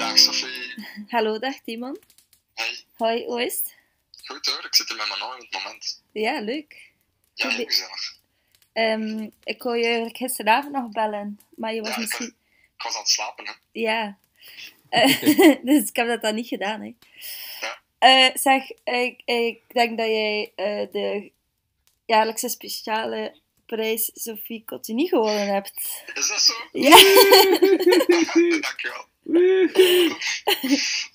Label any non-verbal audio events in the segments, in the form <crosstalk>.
Dag Sophie. Hallo, dag Timon. Hey, Hoi, hoe is het? goed hoor. Ik zit hier met Manon in het moment. Ja, leuk. Ja, heel Jullie- gezellig. Ehm, ik wou je eigenlijk gisteravond nog bellen, maar je was Ja, ik, was, misschien... ik was aan het slapen, hè. <laughs> Ja. Eh, <laughs> dus ik heb dat dan niet gedaan, hè. Ja. Eh, zeg, ik, ik denk dat jij eh, de jaarlijkse speciale prijs Sophie Cotigny gewonnen hebt. Is dat zo? <laughs> Ja. Dankjewel.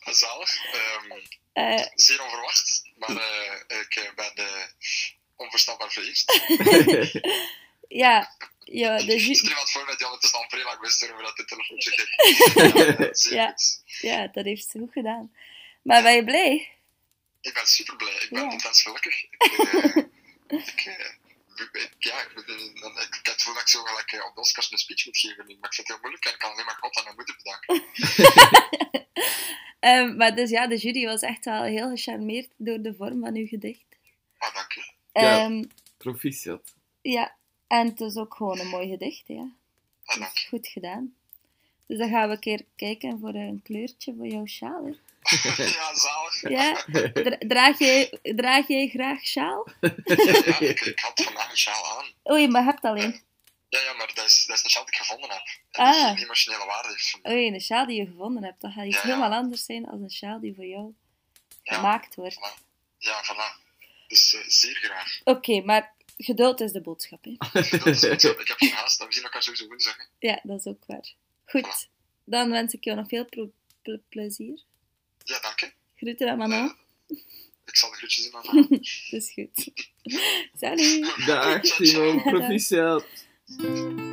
Zalig. Ehm, Eh, zeer onverwacht, maar eh, ik eh, ben eh, onvoorstelbaar vereerd. ja, ja, de Zit er ju- iemand voor met, ja, maar het is dan prima, ik wist erover dat dit telefoontje ging. Ja, zeer Ja. goed. ja, dat heeft ze goed gedaan. Maar ben je blij? Ik ben super blij. Ik ben Ja. intens gelukkig. Ik, eh, ik, eh, ik- ik- ja, ik, moet, eh, dan- ik, ik heb het gevoel dat ik zo gelijk eh, op de Oscars een speech moet geven. nu, Maar ik vind het heel moeilijk en ik kan alleen maar God en mijn moeder bedanken. Ehm, maar dus ja, de jury was echt wel heel gecharmeerd door de vorm van uw gedicht. Ah, dank je. Ja. Ehm, Proficiat. Ja, en het is ook gewoon een mooi gedicht, ja. Ah, Dat dank is goed gedaan. Dus dan gaan we een keer kijken voor een kleurtje voor jouw sjaal. hè. je. ja, zalig. Ja, Ja, Dra- draag, jij, draag jij graag sjaal? ik, ik had vandaag een sjaal aan. Oei, maar je hebt alleen. Ja, ja maar dat is, dat is een sjaal die ik gevonden heb. En Ah. die een emotionele waarde heeft voor mij. Oei, een sjaal die je gevonden hebt. Dat gaat iets Ja, ja. helemaal anders zijn dan een sjaal die voor jou Ja, gemaakt wordt. ja, voilà. Dus eh, zeer graag. Oké, maar geduld is de boodschap, hè. Dat is goed zo. Ik heb geen haast. en We zien elkaar sowieso woensdag. hè. Ja, dat is ook waar. Goed, dan wens ik jou nog veel pro- ple- plezier. Ja, dank je. Groeten aan Manon. Eh, ik zal de groetjes in mijn Dat is goed. <laughs> <laughs> Salut! Dag Simon, proficiat. Ciao,